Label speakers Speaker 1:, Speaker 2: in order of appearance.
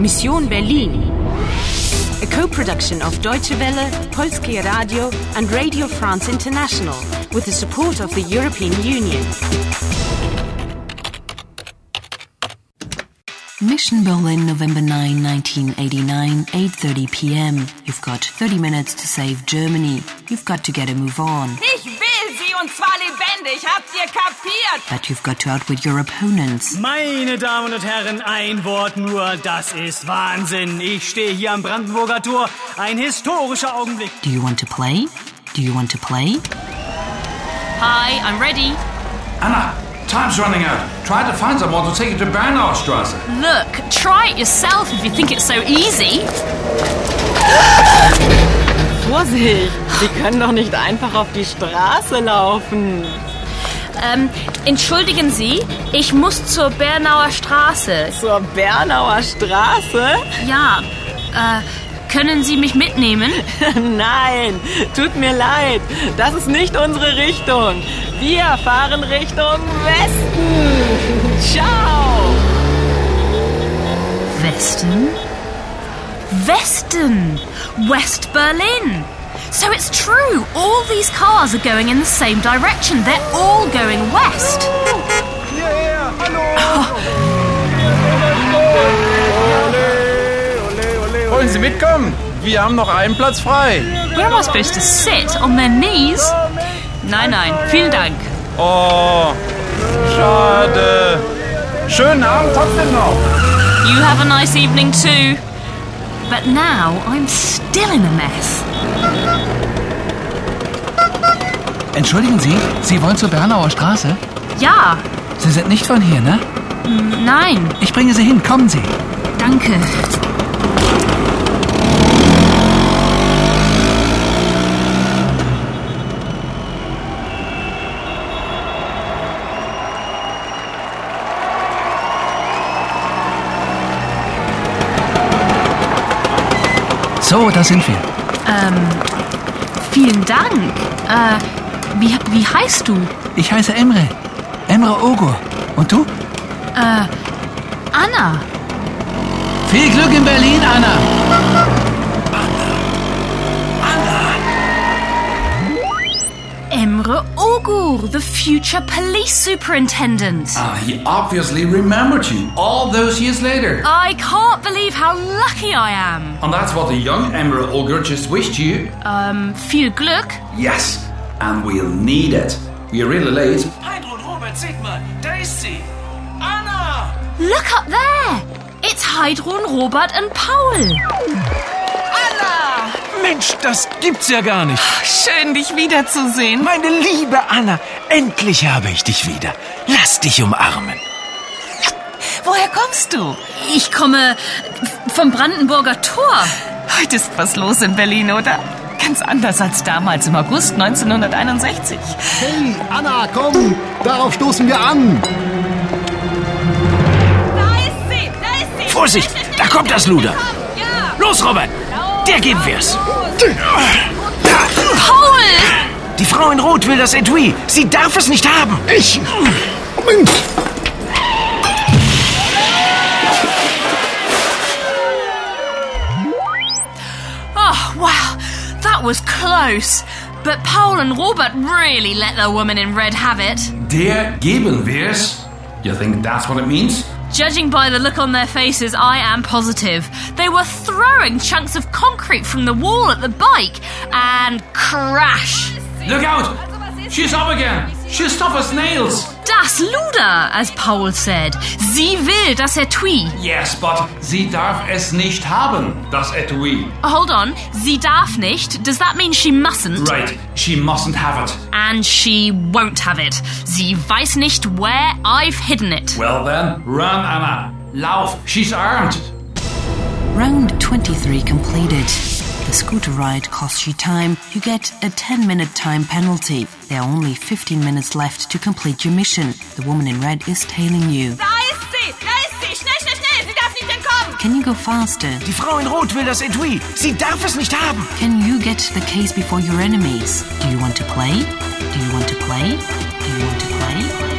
Speaker 1: Mission Berlin. A co-production of Deutsche Welle, Polskie Radio and Radio France International with the support of the European Union.
Speaker 2: Mission Berlin, November 9, 1989, 8:30 p.m. You've got 30 minutes to save Germany. You've got to get a move on,
Speaker 3: Ich will sie und zwar lebendig. Habt ihr kapiert?
Speaker 2: but you've got to outwit your opponents.
Speaker 4: Meine Damen und Herren, ein Wort nur, das ist Wahnsinn. Ich stehe hier am Brandenburger Tor. Ein historischer Augenblick.
Speaker 2: Do you want to play? Do you want to play?
Speaker 5: Hi, I'm ready.
Speaker 6: Anna, time's running out. Try to find someone to take you to Bernaustrasse.
Speaker 5: Look, try it yourself if you think it's so easy.
Speaker 7: Vorsicht! Sie können doch nicht einfach auf die Straße laufen.
Speaker 5: Ähm, entschuldigen Sie, ich muss zur Bernauer Straße.
Speaker 7: Zur Bernauer Straße?
Speaker 5: Ja, äh, können Sie mich mitnehmen?
Speaker 7: Nein, tut mir leid. Das ist nicht unsere Richtung. Wir fahren Richtung Westen. Ciao!
Speaker 5: Westen? Westen! West Berlin! So it's true, all these cars are going in the same direction. They're all going west.
Speaker 6: Wollen Sie mitkommen? Wir haben noch einen Platz frei.
Speaker 5: Where am I supposed to sit? On their knees? Nein, nein, vielen Dank.
Speaker 6: Oh, schade. Schönen Abend trotzdem noch.
Speaker 5: You have a nice evening too. But now I'm still in a mess.
Speaker 8: Entschuldigen Sie, Sie wollen zur Bernauer Straße?
Speaker 5: Ja,
Speaker 8: Sie sind nicht von hier, ne?
Speaker 5: nein,
Speaker 8: Ich bringe Sie hin, kommen Sie.
Speaker 5: danke.
Speaker 8: So, da sind wir.
Speaker 5: Vielen Dank. Äh, wie, wie heißt du?
Speaker 8: Ich heiße Emre. Emre Ogur. Und du?
Speaker 5: Anna.
Speaker 8: Viel Glück in Berlin, Anna.
Speaker 5: Emre Ogur, the future police superintendent.
Speaker 6: Ah, he obviously remembered you all those years later.
Speaker 5: I can't believe how lucky I am.
Speaker 6: And that's what the young Emerald Ogre just wished you.
Speaker 5: Um, Viel Glück.
Speaker 6: Yes, and we'll need it. We're really late.
Speaker 4: Heidrun, Robert, seht mal, da ist sie. Anna!
Speaker 5: Look up there. It's Heidrun, Robert and Paul.
Speaker 9: Mensch, das gibt's ja gar nicht.
Speaker 7: Schön, dich wiederzusehen.
Speaker 9: Meine liebe Anna, endlich habe ich dich wieder. Lass dich umarmen.
Speaker 7: Woher kommst du?
Speaker 5: Ich komme vom Brandenburger Tor.
Speaker 7: Heute ist was los in Berlin, oder? Ganz anders als damals im August 1961.
Speaker 10: Anna, komm! Darauf stoßen wir an!
Speaker 3: Da ist sie, da ist sie.
Speaker 9: Vorsicht, da kommt das Luder.
Speaker 3: Komm, ja.
Speaker 9: Los, Robert, der geben wir's.
Speaker 5: Paul!
Speaker 9: Die Frau in Rot will das Etui. Sie darf es nicht haben.
Speaker 10: Ich!
Speaker 5: Oh, wow, that was close. But Paul and Robert really let the woman in red have it.
Speaker 6: Der geben wir's. You think that's what it means?
Speaker 5: Judging by the look on their faces, I am positive. They were throwing chunks of concrete from the wall at the bike and crash.
Speaker 6: Look out! She's up again. She's tough as nails.
Speaker 5: Das Luder, as Paul said. Sie will das Etui.
Speaker 6: Yes, but sie darf es nicht haben, das Etui.
Speaker 5: Hold on, sie darf nicht. Does that mean she mustn't?
Speaker 6: Right, she mustn't have it.
Speaker 5: And she won't have it. Sie weiß nicht, where I've hidden it.
Speaker 6: Well then, run, Anna. Lauf, she's armed.
Speaker 2: Round 23 completed. The scooter ride costs you time. You get a 10 minute time penalty. There are only 15 minutes left to complete your mission. The woman in red is tailing you.
Speaker 3: Da ist sie, da ist sie. Schnell, schnell, schnell. Sie darf nicht entkommen.
Speaker 2: Can you go faster?
Speaker 9: Die Frau in Rot will das Etui. Sie darf es nicht haben.
Speaker 2: Can you get the case before your enemies? Do you want to play? Do you want to play? Do you want to play?